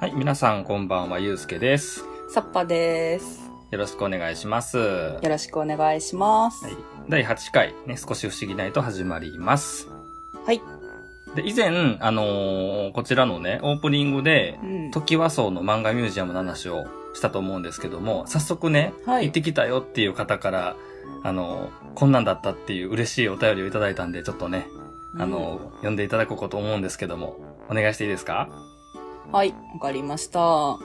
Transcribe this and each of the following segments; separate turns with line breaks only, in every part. はい、皆さんこんばんは、ゆうすけです。
サッパです。
よろしくお願いします。は
よろしくお願いします。
い、第8回、ね、少し不思議ないと始まります。
はい。
で、以前、あのーこちらのね、オープニングで、
うん。
時和荘の漫画ミュージアムの話をしたと思うんですけども、早速ね、
は
行っ
い。
てきたよっていう方から、あのーこんなんだったっていう嬉しいお便りをいただいたんで、ちょっとね、あのー読んでいただこうかと思うんですけども、お願いしていいですか
うん、はい。わかりました。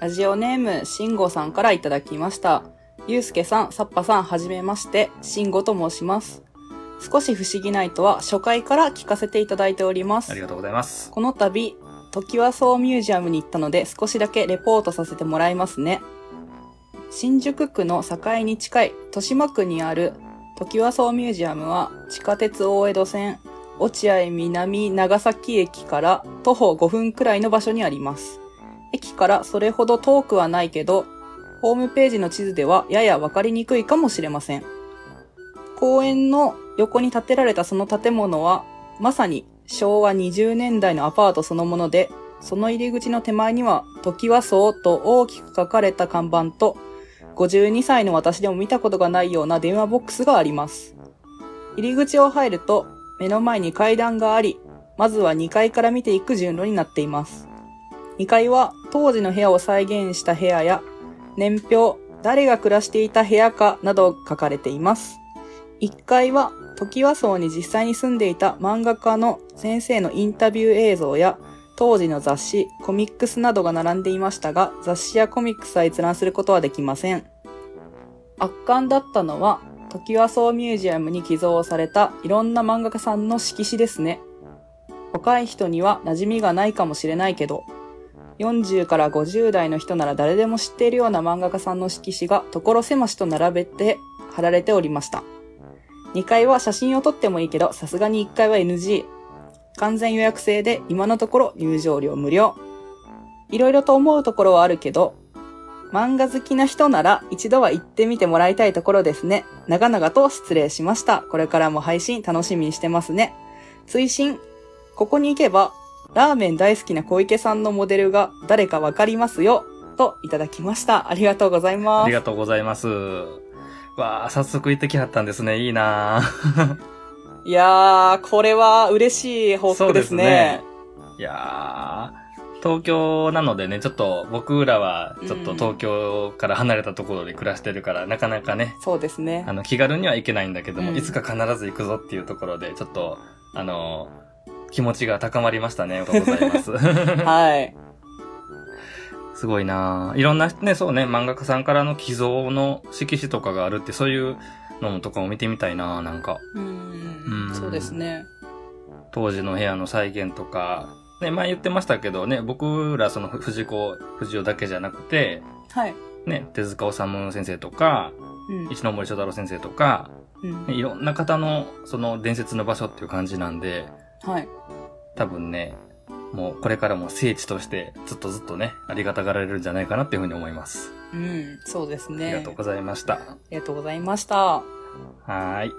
ラジオネーム、しんごさんからいただきました。ゆうすけさん、さっぱさん、はじめまして、しんごと申します。少し不思議ないとは初回から聞かせていただいております。
ありがとうございます。
この度、時和荘ミュージアムに行ったので少しだけレポートさせてもらいますね。新宿区の境に近い豊島区にある時和荘ミュージアムは地下鉄大江戸線落合南長崎駅から徒歩5分くらいの場所にあります。駅からそれほど遠くはないけど、ホームページの地図ではややわかりにくいかもしれません。公園の横に建てられたその建物はまさに昭和20年代のアパートそのもので、その入り口の手前には、時はそうと大きく書かれた看板と、52歳の私でも見たことがないような電話ボックスがあります。入り口を入ると、目の前に階段があり、まずは2階から見ていく順路になっています。2階は当時の部屋を再現した部屋や、年表、誰が暮らしていた部屋かなど書かれています。1階は、時和荘に実際に住んでいた漫画家の先生のインタビュー映像や、当時の雑誌、コミックスなどが並んでいましたが、雑誌やコミックスは閲覧することはできません。圧巻だったのは、時和荘ミュージアムに寄贈されたいろんな漫画家さんの色紙ですね。若い人には馴染みがないかもしれないけど、40から50代の人なら誰でも知っているような漫画家さんの色紙が所狭しと並べて貼られておりました。2階は写真を撮ってもいいけど、さすがに1階は NG。完全予約制で、今のところ入場料無料。いろいろと思うところはあるけど、漫画好きな人なら一度は行ってみてもらいたいところですね。長々と失礼しました。これからも配信楽しみにしてますね。追伸、ここに行けば、ラーメン大好きな小池さんのモデルが誰かわかりますよ。といただきました。ありがとうございます。
ありがとうございます。わあ、早速行ってきはったんですね。いいなあ
いやー、これは嬉しい報
そう
告ですね。。
いやー東京なのでね、ちょっと僕らはちょっと東京から離れたところで暮らしてるから、なかなかね、
そうですね
あ。の気軽には行けないんだけども、
うん
いつか必ず行くぞっていうところで、ちょっと、あの気持ちが高まりましたね。ありがとうございます。
はい。
すごいなぁいろんなね、そうね、漫画家さんからの寄贈の色紙とかがあるって、そういうのとかも見てみたいなぁなんか。
う
うん
ん。そうですね。
当時の部屋の再現とか、ね、前言ってましたけどね、僕らその藤子、藤尾だけじゃなくて、
はい。
ね、手塚治虫先生とか、
うん
一ノ森章太郎先生とか、
うん
ね、いろんな方のその伝説の場所っていう感じなんで、
はい。
多分ね、もうこれからも聖地としてずっとずっとね、ありがたがられるんじゃないかなっていうふうに思います。
うん。そうです
あり
ね。
がとうございました。
ありがとうございました。
はーい。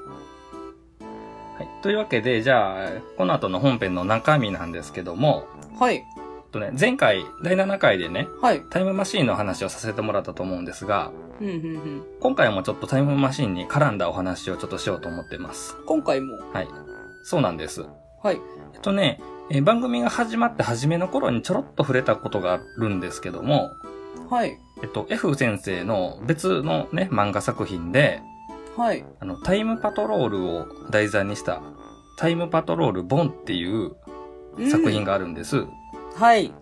はい。というわけで、じゃあ、この後の本編の中身なんですけども、
はい。
えっとね、前回、第7回でね、
はい。
タイムマシーンの話をさせてもらったと思うんですが、
うんうんうん。
今回もちょっとタイムマシーンに絡んだお話をちょっとしようと思ってます。
今回も。
はい。そうなんです。
はい。
えっとね、えー番組が始まって初めの頃にちょろっと触れたことがあるんですけども、
はい。
えっと、F 先生の別のね、漫画作品で、
はい。
あの、タイムパトロールを題材にした、タイムパトロールボンっていう
うん
作品。があるんです。
はい。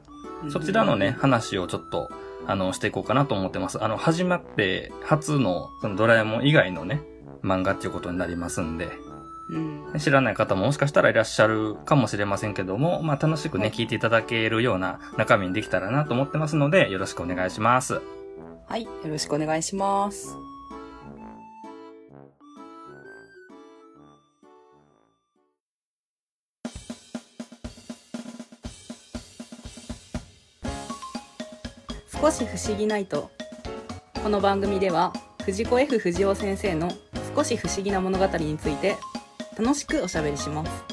そちらのね、。話をちょっと、あの、していこうかなと思ってます。あの、始まって初の、そのドラえもん以外のね、漫画っていうことになりますんで、
うん。
知らない方ももしかしたらいらっしゃるかもしれませんけども、まあ楽しくね、
はい
聞いていただけるような中身にできたらなと思ってますので、よろしくお願いします。
はい。よろしくお願いします。少し不思議ないとこの番組では藤子 F 不二雄先生の少し不思議な物語について楽しくおしゃべりします。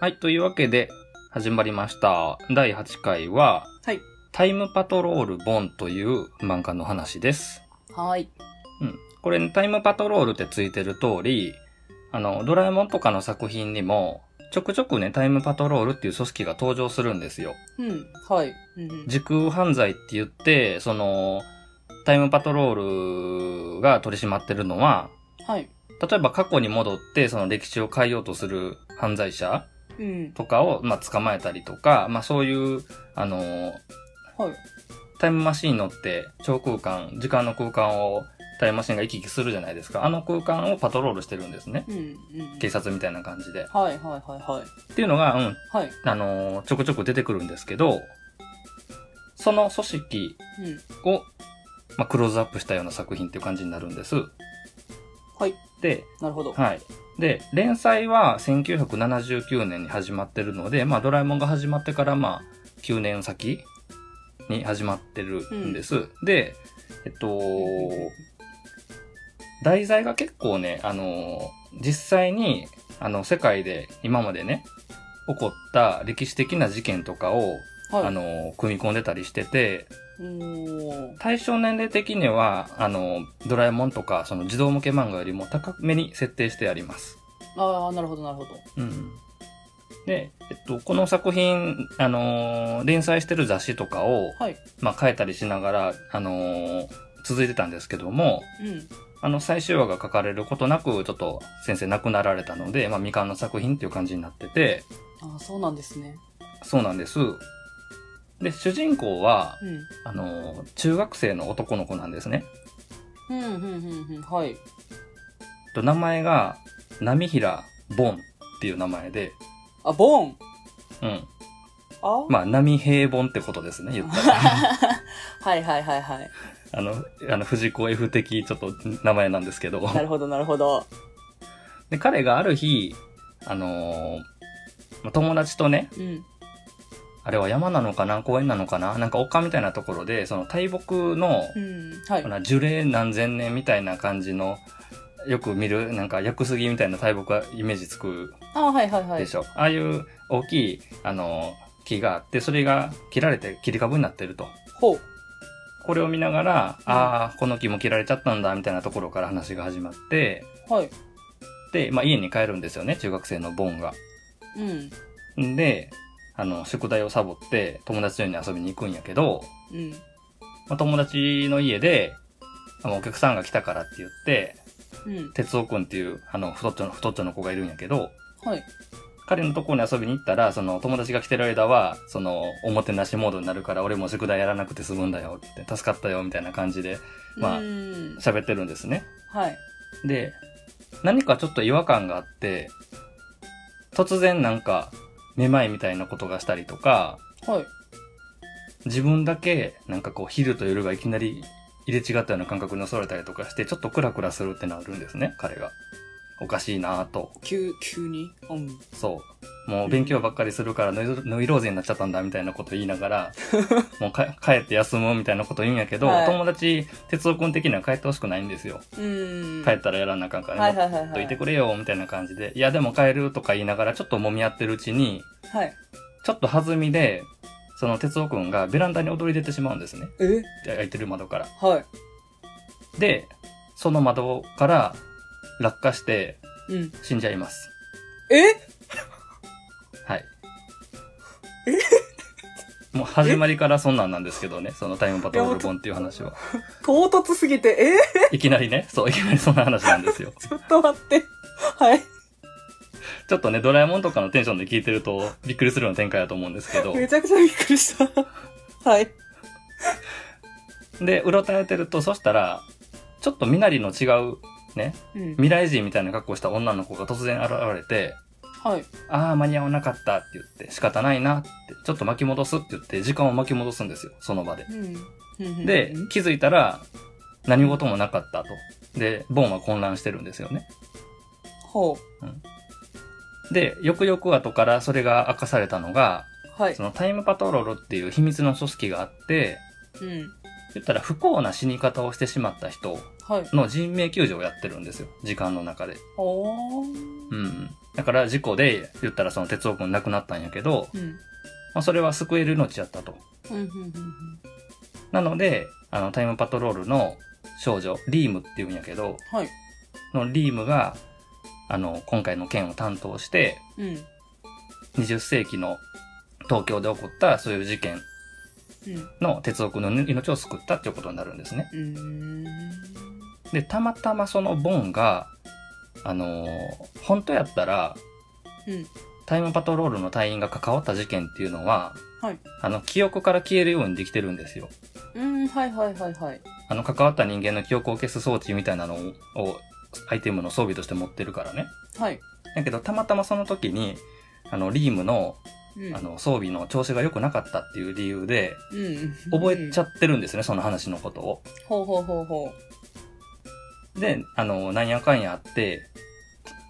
はい、というわけで始まりました。第8回は、
はい。
タイムパトロールボンという漫画の話です。
はい。
うん。これ、タイムパトロールってついてる通り、あの、ドラえもんとかの作品にも、ちょくちょくね、タイムパトロールっていう組織が登場するんですよ。
うん。はい。うんうん。
時空犯罪って言って、その、タイムパトロールが取り締まってるのは、
はい。
例えば過去に戻って、その歴史を変えようとする犯罪者
うん。
とかを、まあ、捕まえたりとか、まあ、そういう、あの、
はい。
タイムマシーンに乗って超空間、時間の空間をタイムマシーンが行き来するじゃないですか。あの空間をパトロールしてるんですね。
うん。うん。
警察みたいな感じで。
はいはいはいはい。
っていうのが、うん、
はい。
あのーちょくちょく出てくるんですけど、その組織
うん。
を、まあ、クローズアップしたような作品っていう感じになるんです。
はい。
で、
なるほど。
はい。で、連載は1979年に始まってるので、まあ、ドラえもんが始まってから、まあ、9年先に始まってるんです。で、えっと、題材が結構ね、あの、実際に、あの、世界で今までね、起こった歴史的な事件とかを、
はい。
あ、の、組み込んでたりしてて、
おー。
対象年齢的には、あの、ドラえもんとか、その児童向け漫画よりも高めに設定してあります。
ああ、なるほどなるほど。
うん。で、えっと、この作品、あのー連載してる雑誌とかを、
はい。
まあ、書いたりしながら、あのー続いてたんですけども、
うん。
あの、最終話が書かれることなく、ちょっと先生亡くなられたので、まあ、未完の作品っていう感じになってて、
ああ、そうなんですね。
そうなんです。で、主人公は、
うん。
あのー中学生の男の子なんですね。
うんうんうんうん。はい。
えっと名前が、波平ボンっていう名前で、
あ、ボーン
うん。
あ、
まあ、波平凡ってことですね、言ったら。
はいはいはいはい。
あの、あの、藤子 F 的ちょっと名前なんですけど。
なるほどなるほど。
で、彼がある日、あのーまあ友達とね、
うん。
あれは山なのかな公園なのかななんか丘みたいなところで、その大木の、
うん。はい
ほ。ら樹齢何千年みたいな感じの、よく見る、なんか、屋久杉みたいな大木がイメージつく
ああ、はいはいはい。
でしょ。ああいう大きい、あのー木があって、それが切られて切り株になってると。
ほう。
これを見ながら、
うん
ああ、この木も切られちゃったんだ、みたいなところから話が始まって、
はい。
で、まあ、家に帰るんですよね、中学生のボンが。
うん。
んで、あの、宿題をサボって友達の家に遊びに行くんやけど、
うん。
まあ、友達の家で、あのお客さんが来たからって言って、
うん。
哲夫くんっていう、あの、太っちょの、太っちょの子がいるんやけど、
はい。
彼のところに遊びに行ったら、その友達が来てる間は、その、おもてなしモードになるから、俺も宿題やらなくて済むんだよって、助かったよ、みたいな感じでまあ
うん。
喋ってるんですね。
はい。
で、何かちょっと違和感があって、突然なんか、めまいみたいなことがしたりとか、
はい。
自分だけなんかこう昼と夜がいきなり入れ違ったような感覚に襲われたりとかして、ちょっとクラクラするってなるんですね、彼が。おかしいなぁと。
急、急に。うん。
そう。もう勉強ばっかりするからノイズノイローゼになっちゃったんだみたいなこと言いなが ら、もうか帰って休むみたいなこと言うんやけど、
はい
友達、哲夫君的には帰ってほしくないんですよ。
うん。
帰ったらやらなあかんから、
はいはいはい
ちょっと
はい
て
い。
くれよ、みたいな感じで、いや、でも帰るとか言いながら、ちょっと揉み合ってるうちに、
はい。
ちょっと弾みで、その哲夫くんがベランダに踊り出てしまうんですね。
え
開いてる窓から。
は
で、その窓から落下して
い。うん。
死んじゃいます。
え
はい。もう始まりからそんなんなんですけどね、そのタイムパトロール本っていう話は。
唐突すぎて、え
いきなりね、そう、いきなりそんな話なんですよ。
ちょっと待って。はい。
ちょっとね、ドラえもんとかのテンションで聞いてるとびっくりするような展開だと思うんですけど。
めちゃくちゃびっくりした。 はい。
で、うろたえてると、そしたら、ちょっと身なりの違う、ね、
うん。
未来人みたいな格好した女の子が突然現れて、
はい。
あー間に合わなかったって言って、仕方ないなって、ちょっと巻き戻すって言って、時間を巻き戻すんですよ、その場で。
うん。
で、気づいたら、何事もなかったと。で、ボンは混乱してるんですよね。
ほ
で、よくよく後からそれが明かされたのが、
はい
そ。のタイムパトロールっていう秘密の組織があって、
うん。
言ったら不幸な死に方をしてしまった人
はい。
の人命救助をやってるんですよ。時間の中で。
おー。
うん。だから事故で、言ったらその哲夫くん亡くなったんやけど、
うん。
まあ、それは救える命やったと。
うんうんうんうん。
なので、あの、タイムパトロールの少女、リームっていうんやけど、
はい。
のリームが、あの、今回の件を担当して、
うん。
20世紀の東京で起こったそういう事件
うん。
の鉄夫君の命を救ったっていうことになるんですね。
うーん。
で、たまたまそのボンが、あのー本当やったら、
うん
タイムパトロールの隊員が関わった事件っていうのは、
はい
あの、記憶から消えるようにできてるんですよ。
うん。はいはいはいはい。
あの、関わった人間の記憶を消す装置みたいなのを、をアイテムの装備として持ってるからね。
はい。
だけど、たまたまその時に、あの、リームの、
うん。
あの、装備の調子が良くなかったっていう理由で、
うん。
覚えちゃ
ゃ
ってるんですね、その話のことを。
ほうほうほうほ
で、あの、なんやかんやあって、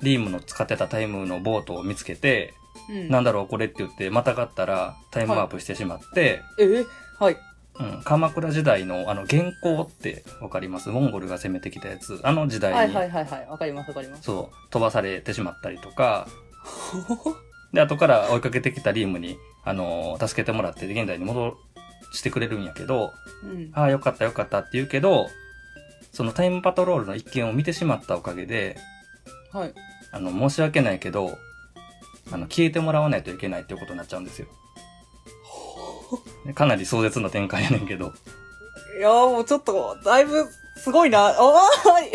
リームの使ってたタイムのボートを見つけて、
う。うん。
なんだろうこれって言って、またがったらタイムワープしてしまって、
えはい。
うん、鎌倉時代のあの、元寇ってわかりますモンゴルが攻めてきたやつ。あの時
は
代
い
に、
はいはいはい。わかりますわかります。
そう、飛ばされてしまったりとか、で、後から追いかけてきたリームに、あの、助けてもらって現代に戻してくれるんやけど、
うん。
ああ、よかったよかったって言うけど、そのタイムパトロールの一件を見てしまったおかげで、
はい。
あの、申し訳ないけど、あの、消えてもらわないといけないっていうことになっちゃうんですよ。かなり壮絶な展開やねんけど。
いやーもうちょっと、だいぶ、すごいな。あーはい。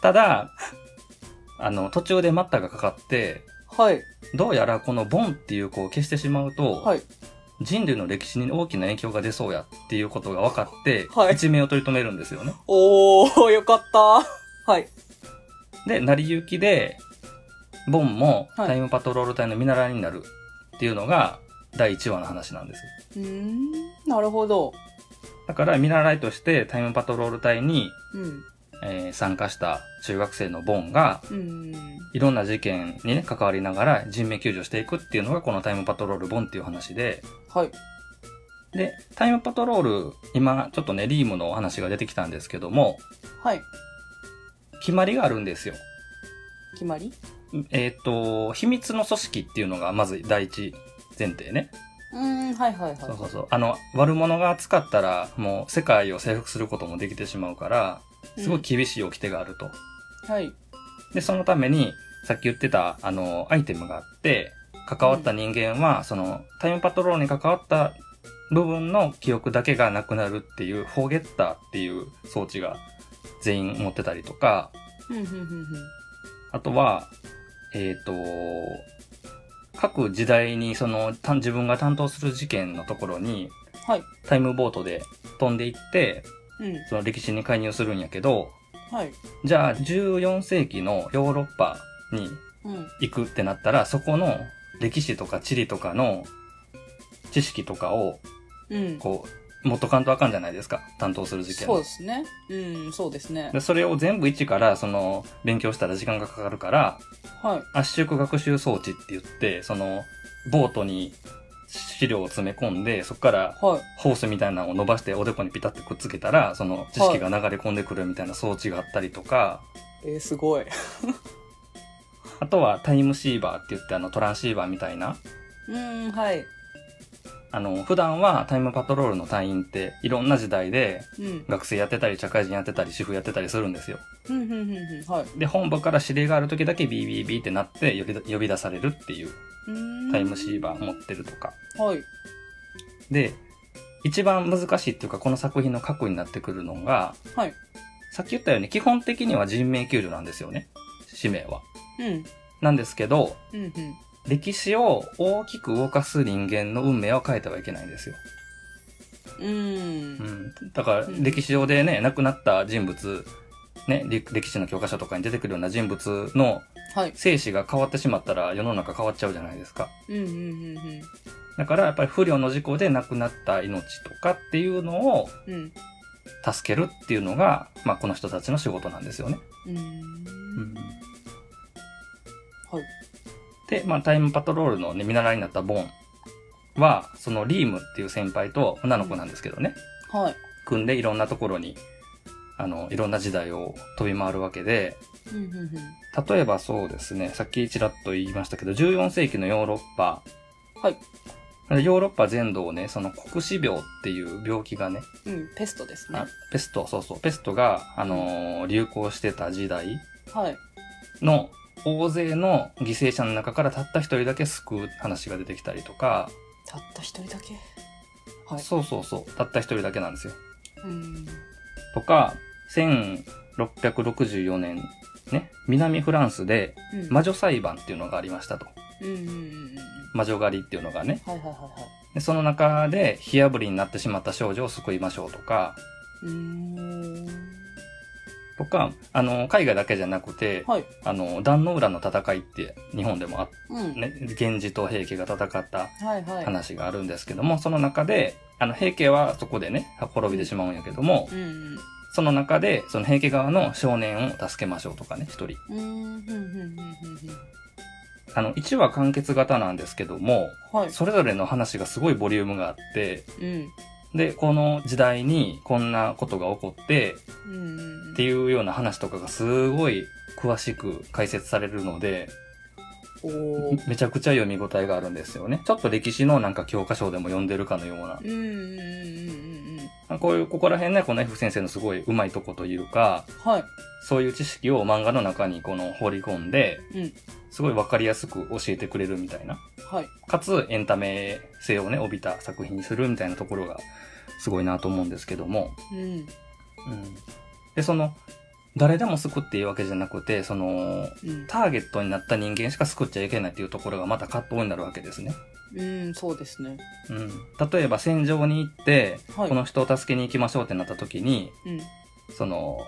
ただ、あの、途中で待ったがかかって、
はい。
どうやらこのボンっていう子を消してしまうと、
はい
人類の歴史に大きな影響が出そうやっていうことが分かって、
はい
一命を取り留めるんですよね。
おー、よかった。はい。
で、成り行きで、ボンも
はい
タイムパトロール隊の見習いになるっていうのが第1話の話なんです。
うーん、なるほど。
だから見習いとしてタイムパトロール隊に、
うん。
えー参加した中学生のボンが、
うん。
いろんな事件にね、関わりながら人命救助していくっていうのがこのタイムパトロールボンっていう話で、
はい。
で、タイムパトロール、今ちょっとね、リームのお話が出てきたんですけども、
はい。
決まりがあるんですよ。
決まり
えっ、と、秘密の組織っていうのがまず第一前提ね。
うーん、はいはいはい。
そうそうそう。あの、悪者が使ったら、もう世界を征服することもできてしまうから、すごい厳しい掟があると。
うんはい。
で、そのために、さっき言ってた、あの、アイテムがあって、関わった人間は、その、タイムパトロールに関わった部分の記憶だけがなくなるっていう、フォーゲッターっていう装置が全員持ってたりとか、
うん、うん、うん、
あとは、えっ、と、各時代にその、た自分が担当する事件のところに、
はい
タイムボートで飛んでいって、
うん。うん。
その歴史に介入するんやけど、
はい。
じゃあ14世紀のヨーロッパに
うん。
行くってなったら、そこの歴史とか地理とかの知識とかを、
うん。
こう、持っとかんとあかんじゃないですか。担当する事件
そうですね。うん、そうですね。
でそれを全部一から、その、勉強したら時間がかかるから、
はい。
圧縮学習装置って言って、その、ボートに資料を詰め込んで、そこから
はい。
ホースみたいなのを伸ばしておでこにピタッてくっつけたら、その知識が流れ込んでくるみたいな装置があったりとか、
えー、すごい。
あとはタイムシーバーって言ってあのトランシーバーみたいな、
うん、はい。
あの、普段はタイムパトロールの隊員っていろんな時代で
うん。
学生やってたり社会人やってたり主婦やってたりするんですよ。
うん、うん、うん、うん。はい。
で、本部から指令がある時だけビービービーってなって呼び出呼び出されるっていう
うーん
タイムシーバー持ってるとか。
はい。
で、一番難しいっていうかこの作品の核になってくるのが、
はい。
さっき言ったように基本的には人命救助なんですよね。使命は。
うん。
なんですけど、
うん、うん。
歴史を大きく動かす人間の運命は変えてはいけないんですよ。
うー。
うんん。だから
う、ん
歴史上でね、亡くなった人物、ね、り歴史の教科書とかに出てくるような人物の
はい。
生死が変わってしまったら世の中変わっちゃうじゃないですか。
うん、うん、うん、うん。
だから、やっぱり不慮の事故で亡くなった命とかっていうのを
うん。
助けるっていうのが、まあ、この人たちの仕事なんですよね。
うーん。
っ
はい。
てで、まあ、タイムパトロールの、ね、見習いになったボンは、そのリームっていう先輩と女の子なんですけどね、
はい。
組んでいろんなところに、あの、いろんな時代を飛び回るわけで、
うんうんうん。
例えばそうですね、さっきちらっと言いましたけど、14世紀のヨーロッパ、
はい。
ヨーロッパ全土をね、その黒死病っていう病気がね、
うん、ペストですね
あ。ペスト、そうそう、ペストが、あのー流行してた時代
はい。
の大勢の犠牲者の中からたった一人だけ救う話が出てきたりとか、
たった一人だけ。はい。
そうそうそう、たった一人だけなんですよ。
うん。
とか、1664年、ね、南フランスで
うん
魔女裁判っていうのがありましたと。
うんうんうんうん。
魔女狩りっていうのがね。
はいはいはいはい。
でその中で火炙りになってしまった少女を救いましょうとか、
うーん。
とか、あの、海外だけじゃなくて、
はい。
あの、壇ノ浦の戦いって日本でもあっ
うん。
ね、源氏と平家が戦った
はいはい。
話があるんですけども、その中で、あの、平家はそこでね、滅びてしまうんやけども、
うんうん。
その中で、その平家側の少年を助けましょうとかね、一人。
うんうんうんうんうんうん。
あの、1話完結型なんですけども、
はい。
それぞれの話がすごいボリュームがあって、
うん。
で、この時代にこんなことが起こって、
うんうんうん
って。いうような話とかがすごい詳しく解説されるので、
おお。
めちゃくちゃ読み応えがあるんですよね。ちょっと歴史のなんか教科書でも読んでるかのような
うんうんうんうんうん。
こういう、ここら辺ね、この F 先生のすごい上手いとこというか、
はい。
そういう知識を漫画の中にこの放り込んで、
うん
すごいわかりやすく教えてくれるみたいな。
はい。
かつ、エンタメ性をね、帯びた作品にするみたいなところが、すごいなと思うんですけども。
うん。
うんで、その、誰でも救っていうわけじゃなくて、その、
うん。
ターゲットになった人間しか救っちゃいけないっていうところがまた葛藤になるわけですね。
うん、そうですね。
うん。例えば戦場に行って、
はい。
この人を助けに行きましょうってなった時に、
うん。
その、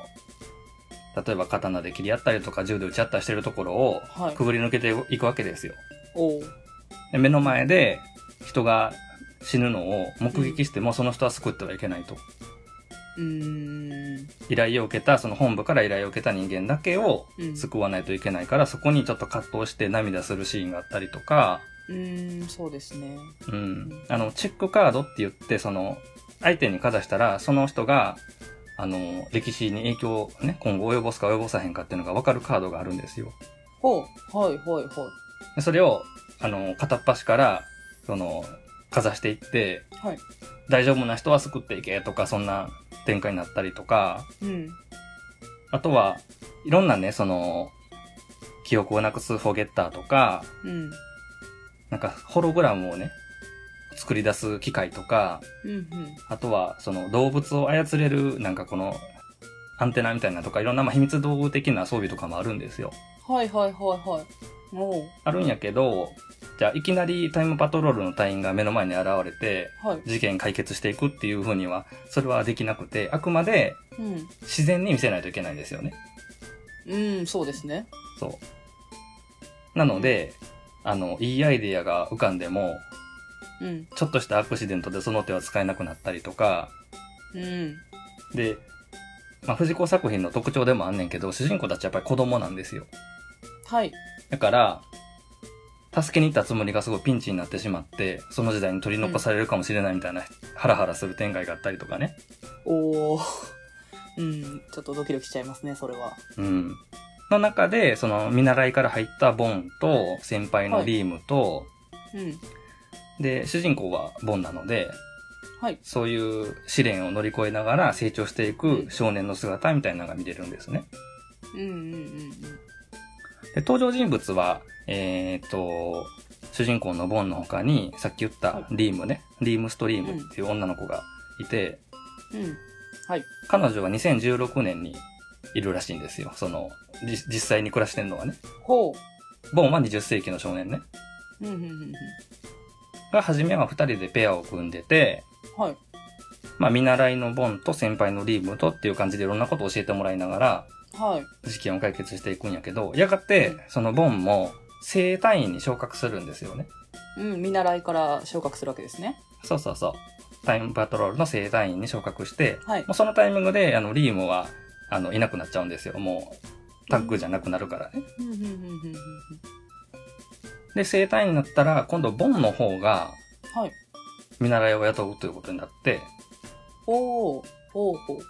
例えば刀で切り合ったりとか銃で撃ち合ったりしてるところを
はい
くぐり抜けていくわけですよ。
おお。
で目の前で人が死ぬのを目撃してもその人は救ってはいけないと。
うん。
依頼を受けた、その本部から依頼を受けた人間だけを
うん
救わないといけないから、そこにちょっと葛藤して涙するシーンがあったりとか、
うん、そうですね。
うん。あの、チェックカードって言って、その、相手にかざしたら、その人が、あの、歴史に影響をね、今後及ぼすか及ぼさへんかっていうのが分かるカードがあるんですよ。
ほう。はいはいは
でそれを、あの、片っ端から、その、かざしていって、
い。はい。
大丈夫な人は救っていけとか、そんな展開になったりとか、
うん。
あとは、いろんなね、その、記憶をなくすフォゲッターとか、
うん。
なんか、ホログラムをね、作り出す機械とか、
うんうん。
あとは、その、動物を操れる、なんかこの、アンテナみたいなとか、いろんな、まあ、秘密道具的な装備とかもあるんですよ。
はいはいはいはい。おお。
あるんやけど、じゃあ、いきなりタイムパトロールの隊員が目の前に現れて、
はい。
事件解決していくっていうふうには、それはできなくて、あくまで
うん。
自然に見せないといけないんですよね。
うん、そうですね。
そう。なので、あの、いいアイディアが浮かんでも、
うん。
ちょっとしたアクシデントでその手は使えなくなったりとか、
うん。
で、まあ、藤子作品の特徴でもあんねんけど、主人公たちやっぱり子供なんですよ。
はい。
だから、助けに行ったつもりがすごいピンチになってしまって、その時代に取り残されるかもしれないみたいな、ハラハラする展開があったりとかね。
おお。うん、ちょっとドキドキしちゃいますね、それは。
うん。の中で、その、見習いから入ったボンと、先輩のリームと、
うん。
で、主人公はボンなので、
はい。
そういう試練を乗り越えながら成長していく少年の姿みたいなのが見れるんですね。
うんうんうん
で登場人物は、えーっと、主人公のボンの他に、さっき言ったリームね、リームストリームっていう女の子がいて、
うん。うん。はい。
彼女は2016年にいるらしいんですよ。その、じ実際に暮らしてるのはね。
ほ
ボンは20世紀の少年ね。
う。うんうんうんうん。
が、初めは2人でペアを組んでて、
はい。
まあ、見習いのボンと先輩のリームとっていう感じでいろんなことを教えてもらいながら、
はい。
事件を解決していくんやけど、やがて
うん、
そのボンも、生体院に昇格するんですよね。
うん、見習いから昇格するわけですね。
そうそうそう。タイムパトロールの生体院に昇格して、
はい
もうそのタイミングで、あの、リームは、あの、いなくなっちゃうんですよ。もう、タッグじゃなくなるからね。
うんうんうんうんうん
で、生体院になったら、今度、ボンの方が
はい。
見習いを雇うということになって、
おー、おー、おー。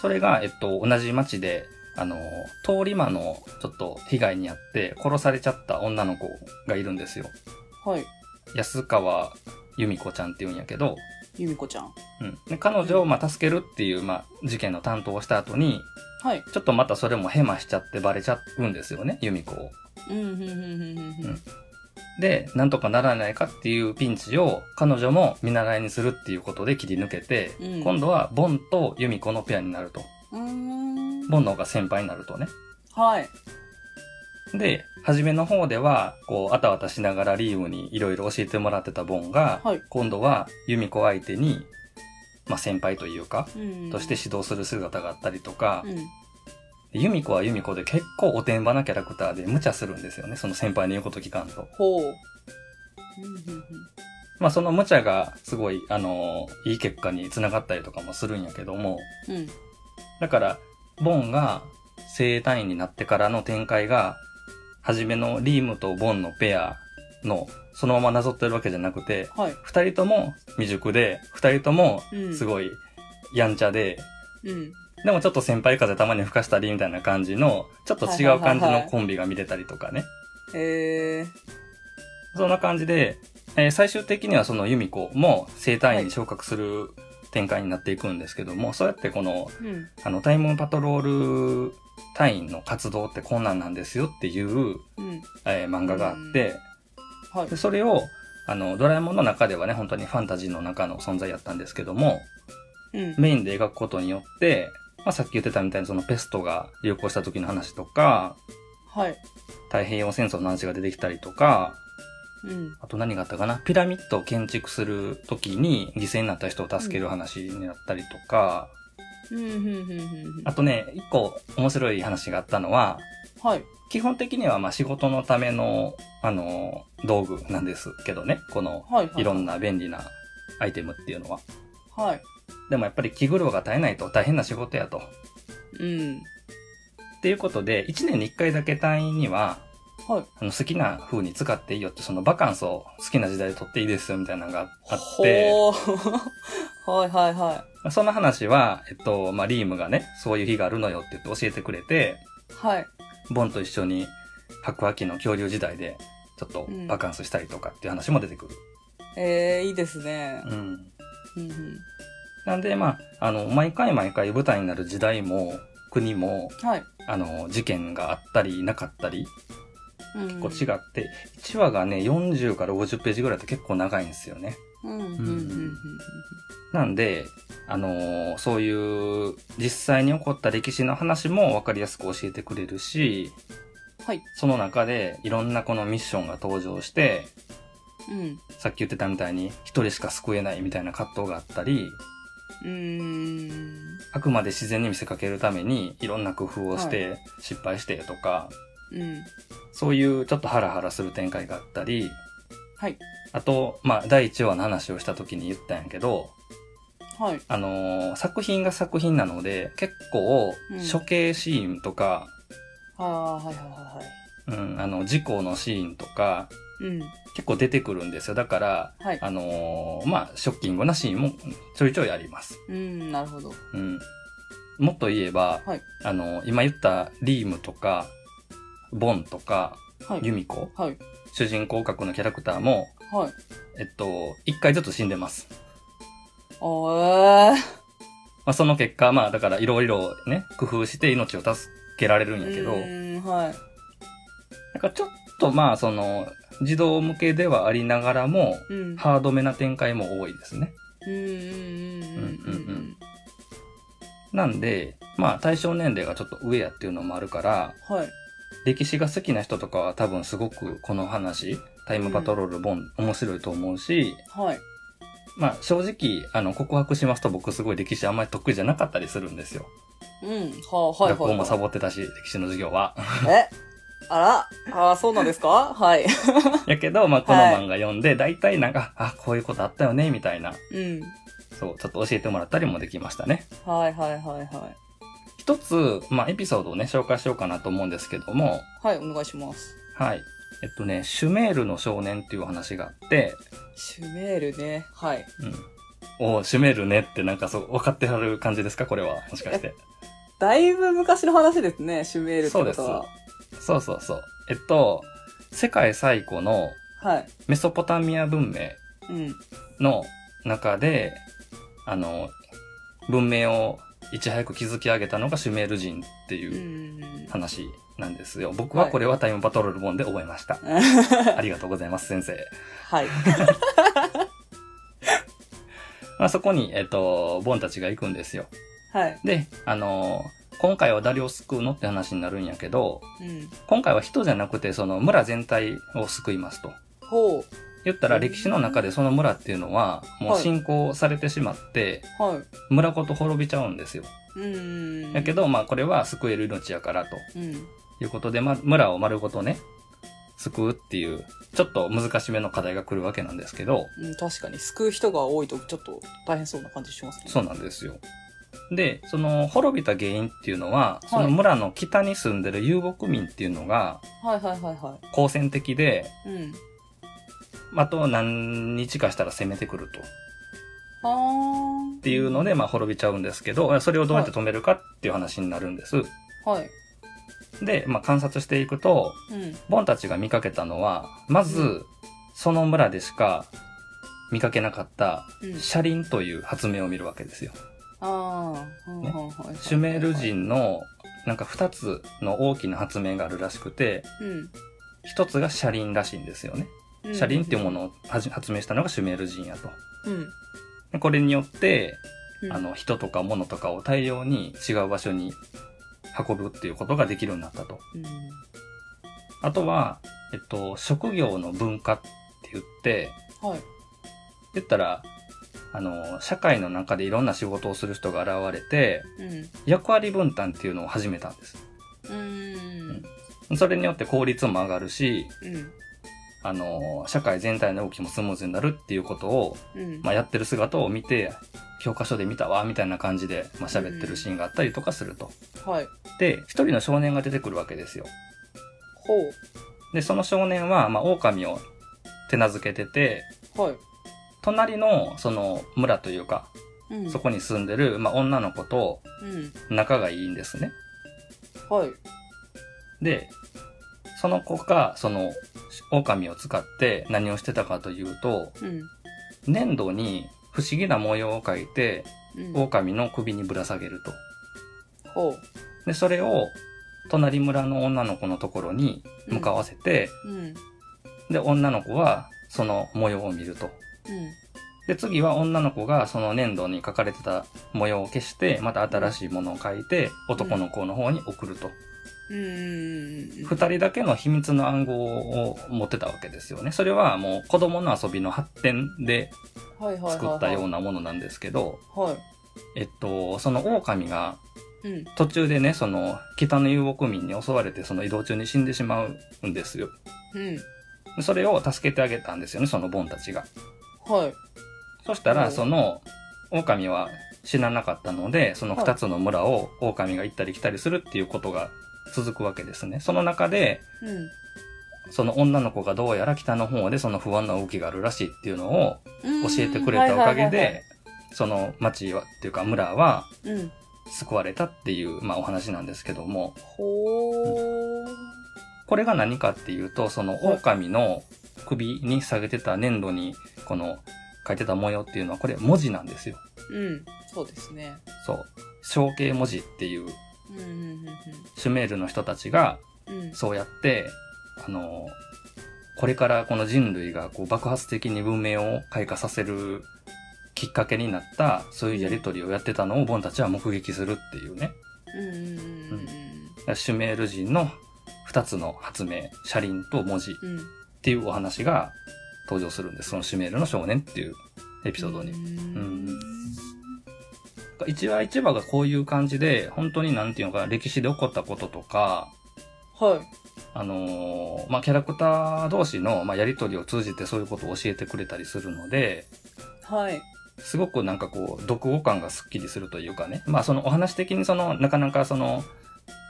それが、えっと、同じ町で、あの、通り魔のちょっと被害に遭って殺されちゃった女の子がいるんですよ。
はい。
安川由美子ちゃんって言うんやけど、
ゆみこちゃん。
うん、で彼女をまあ助けるっていう、まあ、事件の担当をした後に、
はい。
ちょっとまたそれもヘマしちゃってバレちゃうんですよね、由美子を。
うん、うん、うん、うん、うんうん。
で、なんとかならないかっていうピンチを彼女も見習いにするっていうことで切り抜けて、
うん
今度はボンと由美子のペアになると。
うーん。
ボンの方が先輩になるとね。
はい。
で、初めの方では、こう、あたわたしながらリームにいろいろ教えてもらってたボンが、
はい
今度は由美子相手に、まあ先輩というか、
うん。
として指導する姿があったりとか
う、ん。
で由美子は由美子で結構おてんばなキャラクターで無茶するんですよね、その先輩の言うこと聞かんと。
ほう。うん、うん、
まあその無茶がすごい、あのーいい結果につながったりとかもするんやけども、
うん。うん。
だから、ボンが生体院になってからの展開が、初めのリームとボンのペアの、そのままなぞってるわけじゃなくて、
はい。
二人とも未熟で、二人とも
うん。
す
い。
ごいやんちゃで、
うん。
でもちょっと先輩風たまに吹かしたりみたいな感じの、ちょっと違う感じのコンビが見れたりとかね。
えー。
そんな感じで、えー最終的にはその由美子も生体院に昇格する展開になっていくんですけども、そうやってこの、
うん。
あの、タイムパトロール隊員の活動ってこんなんなんですよっていう、
うん。
えー漫画があって、
はい
で。それを、あの、ドラえもんの中ではね、本当にファンタジーの中の存在やったんですけども、
うん。
メインで描くことによって、まあ、さっき言ってたみたいにそのペストが流行した時の話とか、
はい。
太平洋戦争の話が出てきたりとか、
うん。
あと何があったかなピラミッドを建築するときに犠牲になった人を助ける話になったりとか、
うん、うん、うん、うん。
あとね、一個面白い話があったのは、
はい。
基本的にはまあ仕事のための、あの、道具なんですけどね、この
はい。はい
いろんな便利なアイテムっていうのは。
はい。
でもやっぱり気苦労が絶えないと大変な仕事やと。
うん。
っていうことで、1年に1回だけ隊員には、
はい。
あの好きな風に使っていいよって、そのバカンスを好きな時代で取っていいですよみたいなのがあって、
ほう。はいはいは
まあその話は、えっと、まあ、リームがね、そういう日があるのよって言って教えてくれて、
い。はい。
ボンと一緒に白亜紀の恐竜時代で、ちょっと
うん
バカンスしたりとかっていう話も出てくる。
えー、いいですね
う。ん。
うんうん。
なんで、まあ、あの、毎回毎回舞台になる時代も、国も、
はい。
あの、事件があったり、なかったり、
結
こう違って、1話がね、40から50ページぐらいって結構長いんですよね。
うんうんうんうん
なんで、あのーそういう実際に起こった歴史の話も分かりやすく教えてくれるし、
はい。
その中でいろんなこのミッションが登場して、
うん。
さっき言ってたみたいに一人しか救えないみたいな葛藤があったり、
うーん。
あくまで自然に見せかけるためにいろんな工夫をして、失敗してとか、
うん。
そういうちょっとハラハラする展開があったり、
はい。
あと、まあ、第1話の話をした時に言ったんやけど、
はい。
あのー作品が作品なので、結構
うん、
処刑シーンとか、
ああ、はいはいはいはい。
うん、あの、事故のシーンとか、
うん。
結構出てくるんですよ。だから、
はい。
あのーまあ、ショッキングなシーンもちょいちょいあります。
うん、なるほど。
うん。もっと言えば、
はい
あのー今言ったリームとか、ボンとか、
はい。
ユミコ、
はい。
主人公格のキャラクターも、
はい。
えっと、一回ずつ死んでます。
おー。
まあ、その結果、まあ、だから、いろいろね、工夫して命を助けられるんやけど、
うん、はい。
なんかちょっとまあ、その、児童向けではありながらも、
うん。
ハードめな展開も多いですね。
うんうんうんうんうん。
なんで、まあ対象年齢がちょっと上やっていうのもあるから、
はい。
歴史が好きな人とかは多分すごくこの話、タイムパトロール本、面白いと思うし、
はい。
まあ正直、あの、告白しますと僕すごい歴史あんまり得意じゃなかったりするんですよ。
うん。はあ、はいはいはい。
学校もサボってたし、歴史の授業は。
えあらあーそうなんですかはい。
やけど、まあこの
はい
漫画読んで、大体なんか、あ、こういうことあったよね、みたいな、
うん。
そう、ちょっと教えてもらったりもできましたね。
はいはいはいはい。
一つ、まあエピソードをね、紹介しようかなと思うんですけども、
はい、お願いします。
はい。えっとね、シュメールの少年っていうお話があって、
シュメールね。はい。
うん。おーシュメールねってなんかそう、分かってはる感じですかこれは。もしかして。
だいぶ昔の話ですね、シュメールってこと
そう
は
で。そうそうそう。えっと、世界最古の
はい。
メソポタミア文明
うん。
の中で、あの、文明をいち早く築き上げたのがシュメール人って
う。
いうん話なんですよ。僕はこれはタイムパトロール本で覚えました。ありがとうございます、先生。
はい。
まあ、そこに、えっと、ボンたちが行くんですよ。
はい。
で、あの、今回は誰を救うのって話になるんやけど、
うん。
今回は人じゃなくて、その村全体を救いますと。
ほ
言ったら歴史の中でその村っていうのは、もう侵攻されてしまって、
う。はい。
村ごと滅びちゃうんですよ。
うん。
やけど、まあこれは救える命やからと
うん。
いうことで、ま、村を丸ごとね、救うっていう、ちょっと難しめの課題が来るわけなんですけど、
うん、確かに救う人が多いとちょっと大変そうな感じしますね。
そうなんですよ。で、その滅びた原因っていうのは、
い
その村の北に住んでる遊牧民っていうのが、
はいはいはいは
好戦的で、
い。うん。
あと何日かしたら攻めてくると。
あー。っ
っていうので、。まあ、滅びちゃうんですけど、それをどうやって止めるかっていう話になるんです。
はい。
で、まあ、観察していくと、
うん。
ボンたちが見かけたのは、ま
う
ず、その村でしか見かけなかった、
うん。
車輪という発明を見るわけですよ。
あー。うん
ね
はいはいはい
シュメール。人の、なんか二つの大きな発明があるらしくて、
うん
一つが車輪らしいんですよね。
うん。
車輪っていうものをはじ発明したのがシュメール人やと。
うん。
でこれによって、
うん。
あの人とか物とかを大量に違う場所に運ぶっていうことができるようになったと。
うん。
あとは、えっと、職業の文化って言って、
はい。
言ったら、あの、社会の中でいろんな仕事をする人が現れて、
うん。
役割分担っていうのを始めたんです。
うん。
それによって効率も上がるし、
うん。
あの、社会全体の動きもスムーズになるっていうことを、
うん。
まあ、やってる姿を見て、教科書で見たわ、みたいな感じで、まあ、喋ってるシーンがあったりとかすると。
はい。
で、一人の少年が出てくるわけですよ。
ほ
で、その少年は、まあ、狼を手なずけてて、
う。はい。
隣の、その、村というか、
うん。
そこに住んでる、まあ、女の子と
うん。
仲がいいんですね。
はい。
で、その子が、その、狼を使って何をしてたかというと、
うん。
粘土に不思議な模様を描いて、
うん。
狼の首にぶら下げると。
ほう。
で、それを、隣村の女の子のところに向かわせて、
うん。
で、女の子は、その模様を見ると。で、次は女の子がその粘土に描かれてた模様を消して、また新しいものを描いて、男の子の方に送ると。
うん。うん。
二、人だけの秘密の暗号を持ってたわけですよね。それはもう子供の遊びの発展で
はいはいはいはい。
作ったようなものなんですけど、
は
えっと、その狼が
い。うん。
途中でね、その北の遊牧民に襲われてその移動中に死んでしまうんですよ。
うん。
それを助けてあげたんですよね、そのボンたちが。
はい。
そした
う
ら、
ん
その、狼は死ななかったので、その二つの村を狼が行ったり来たりするっていうことが続くわけですね。その中で、
うん。
その女の子がどうやら北の方でその不安な動きがあるらしいっていうのを
教
教えてくれたおかげで、その町は、っていうか村は
うん
救われたっていう、まあお話なんですけども、
ほー
これが何かっていうと、その狼の首に下げてた粘土に、この書いてた模様っていうのは、これ文字なんですよ。
うんそうですね
そう。象形文字っていう
うんうん
シュメールの人たちが
うんうん
そうやってあのこれからこの人類がこう爆発的に文明を開花させるきっかけになったそういうやり取りをやってたのをボンたちは目撃するっていうね
うんうんうん
シュメール人の2つの発明車輪と文字っ
うんうん
ていうお話が登場するんですそのシュメールの少年っていうエピソードに
うん
一話一話がこういう感じで本当になんていうのか歴史で起こったこととか
はい
あのーまあ、キャラクター同士の、まあ、やり取りを通じてそういうことを教えてくれたりするので、
はい
すごくなんかこう、読後感がスッキリするというかね。まあ、そのお話的にその、なかなかその、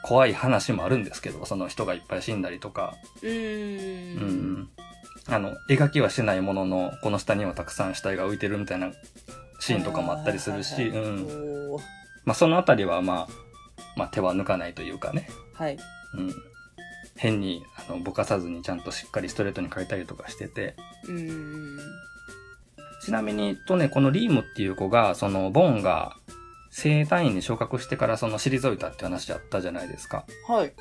怖い話もあるんですけど、その人がいっぱい死んだりとか、
う
う
ーん。
ん。あの、描きはしてないものの、この下にはたくさん死体が浮いてるみたいなシーンとかもあったりする
は
し、
いは
う
いはいは
ん。
いおー
まあ、そのあたりは、まあ、まあ、手は抜かないというかね。
はい。
うん。変に、あの、ぼかさずにちゃんとしっかりストレートに書いたりとかしてて。
うーん。
ちなみに、とね、このリームっていう子が、その、ボンが、生単位に昇格してから、その、退いたって話あったじゃないですか。
はい。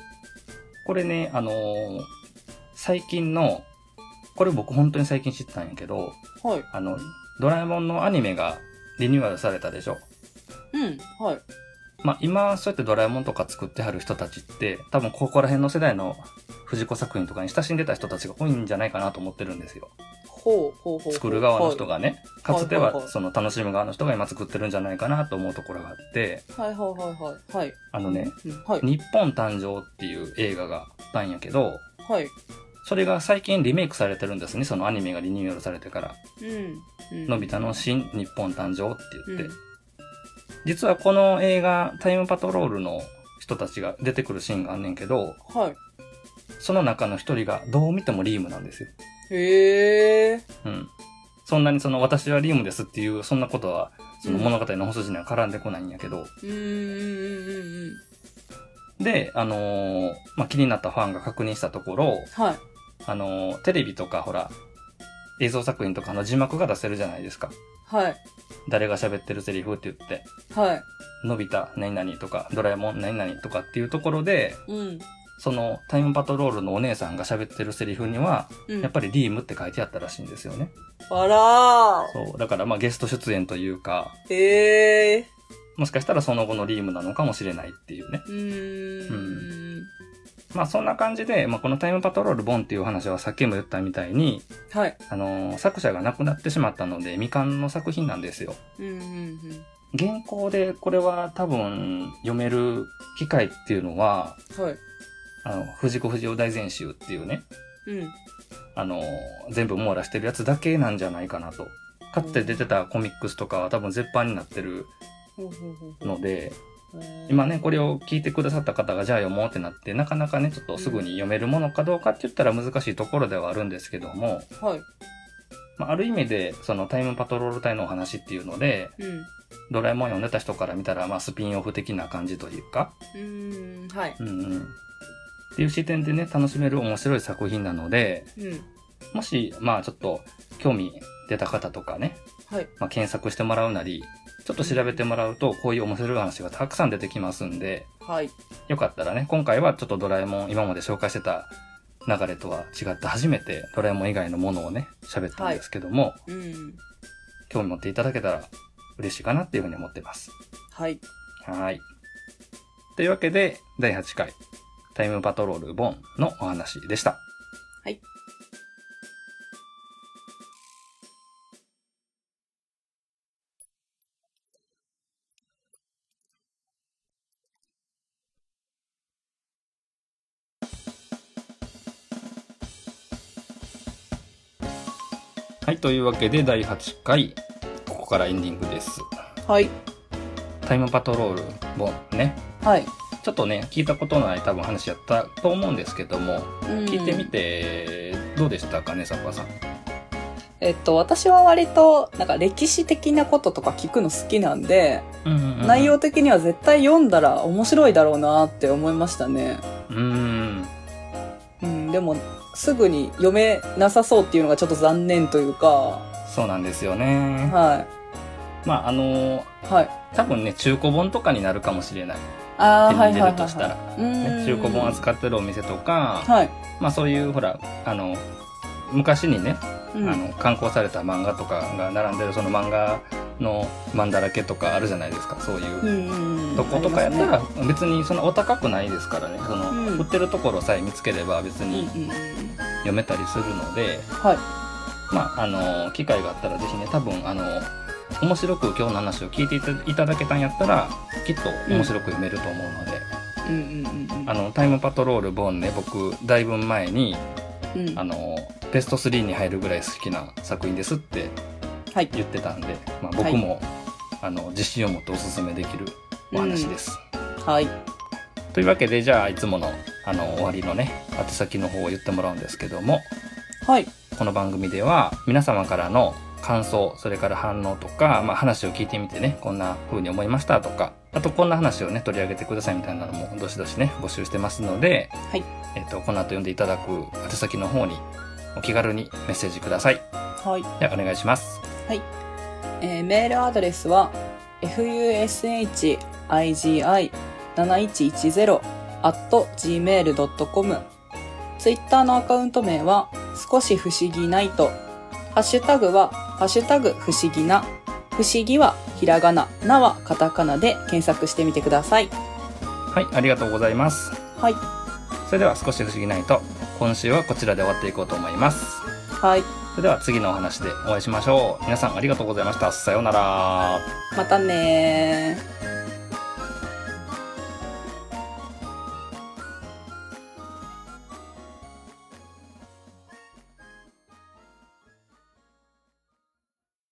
これね、あのー最近の、これ僕本当に最近知ったんやけど、
はい。
あの、ドラえもんのアニメがリニューアルされたでしょ。
うん。はい。
まあ今、そうやってドラえもんとか作ってはる人たちって、多分ここら辺の世代の藤子作品とかに親しんでた人たちが多いんじゃないかなと思ってるんですよ。
ほうほうほう。
作る側の人。がね。かつて
はいはい
は
はい
その楽しむ側の人が今作ってるんじゃないかなと思うところがあって、
はいはいはいはい。はい。
あのね、
うんはい。
日本誕生っていう映画があったんやけど、
はい。
それが最近リメイクされてるんですね、そのアニメがリニューアルされてから。
うん。うん
のび太の新日本誕生って言って、
うん
実はこの映画「タイムパトロール」の人たちが出てくるシーンがあんねんけど
は
その中の一人がどう見てもリームなんですよ、
い。へえ。
うん、そんなにその「私はリームです」っていうそんなことはその
うん
物語の本筋には絡んでこないんやけど、
うんうんうんうんうん。
で、あのーまあ、気になったファンが確認したところ、
はい。
あのーテレビとかほら映像作品とかの字幕が出せるじゃないですか
はい。
誰が喋ってるセリフって言って
はい。
のび太何々とかドラえもん何々とかっていうところで
うん。
そのタイムパトロールのお姉さんが喋ってるセリフには
うん。
やっぱりリームって書いてあったらしいんですよね。
あらー。
そうだからまあゲスト出演というか
へえ。
もしかしたらその後のリームなのかもしれないっていうね。
うーん。
まあそんな感じで、まあ、このタイムパトロールボンっていうお話はさっきも言ったみたいに、
はい。
あのー作者が亡くなってしまったので未完の作品なんですよ。
うんうん
原稿でこれは多分読める機会っていうのは
うん。はい。
あの藤子不二雄大全集っていうね
うん。
あの、全部網羅してるやつだけなんじゃないかなと。かつて出てたコミックスとかは多分絶版になってる
ほうほうほうほう
ので、
へー
今ね、これを聞いてくださった方がじゃあ読もうってなって、なかなかね、ちょっとすぐに読めるものかどうかって言ったら難しいところではあるんですけども、
はい。
まあ、ある意味で、そのタイムパトロール隊のお話っていうので、
うん。
ドラえもん読んでた人から見たら、まあ、スピンオフ的な感じというか、
うーん。はい。
うんうん。っていう視点でね、楽しめる面白い作品なので、
うん。
もし、まあ、ちょっと興味出た方とかね、
はい。
まあ、検索してもらうなり、ちょっと調べてもらうと、こういう面白い話がたくさん出てきますんで、
はい。
よかったらね、今回はちょっとドラえもん、今まで紹介してた流れとは違って初めてドラえもん以外のものをね、喋ったんですけども、
うん。
興味持っていただけたら嬉しいかなっていうふうに思ってます。
はい。
はい。というわけで、第8回、タイムパトロールボンのお話でした。
はい。
はい、というわけで第8回、ここからエンディングです。
はい。
タイムパトロールボンね。
はい。
ちょっとね、聞いたことのない多分話やったと思うんですけども、聞いてみてどうでしたかね、サッパーさん。
えっと、私は割と、なんか歴史的なこととか聞くの好きなんで、内容的には絶対読んだら面白いだろうなって思いましたね。
うーん。
うん、でも、すぐに読めなさそうっていうのがちょっと残念というか、
そうなんですよね。
は
まあ、あのー
い。はい。
多分ね、中古本とかになるかもしれない。
ああ、は
手
い
に
はい
入れ
はい、
るとしたら
は。い。
ね、中古本扱ってるお店とか、
う。はい。
まあそういう、ほら、あの、昔にね、
うん
あの刊行された漫画とかが並んでるその漫画の漫だらけとかあるじゃないですかそういううん
うんうん
とことかやった
あり
ら別にそのお高くないですからねその
うん
売ってるところさえ見つければ別
ます
に
ねうんうんうん
読めたりするので
はい。
まああの機会があったらぜひね多分あの面白く今日の話を聞いていたいただけたんやったらきっと面白く読めると思うので、
うんうんうんうん。
あのタイムパトロールボンね僕だいぶ前に
うん
あのベスト3に入るぐらい好きな作品ですって
はい。
言ってたんで、まあ、僕も、あの自信を持っておすすめできるお話です。
はい。
というわけでじゃあいつものあの終わりのね宛先の方を言ってもらうんですけども
はい。
この番組では皆様からの感想それから反応とか、まあ、話を聞いてみてねこんな風に思いましたとかあとこんな話をね取り上げてくださいみたいなのもどしどしね募集してますので、
はい
えっとこの後読んでいただく宛先の方にお気軽にメッセージください
はい。
ではお願いします
えーメールアドレスは fushigi7110 at gmail.com ツイッターのアカウント名は少し不思議ないとハッシュタグはハッシュタグ不思議な不思議はひらがななはカタカナで検索してみてください
はいありがとうございます
はい
それでは少し不思議ないと今週はこちらで終わっていこうと思います
はい
それでは次のお話でお会いしましょう皆さんありがとうございましたさようなら
またねー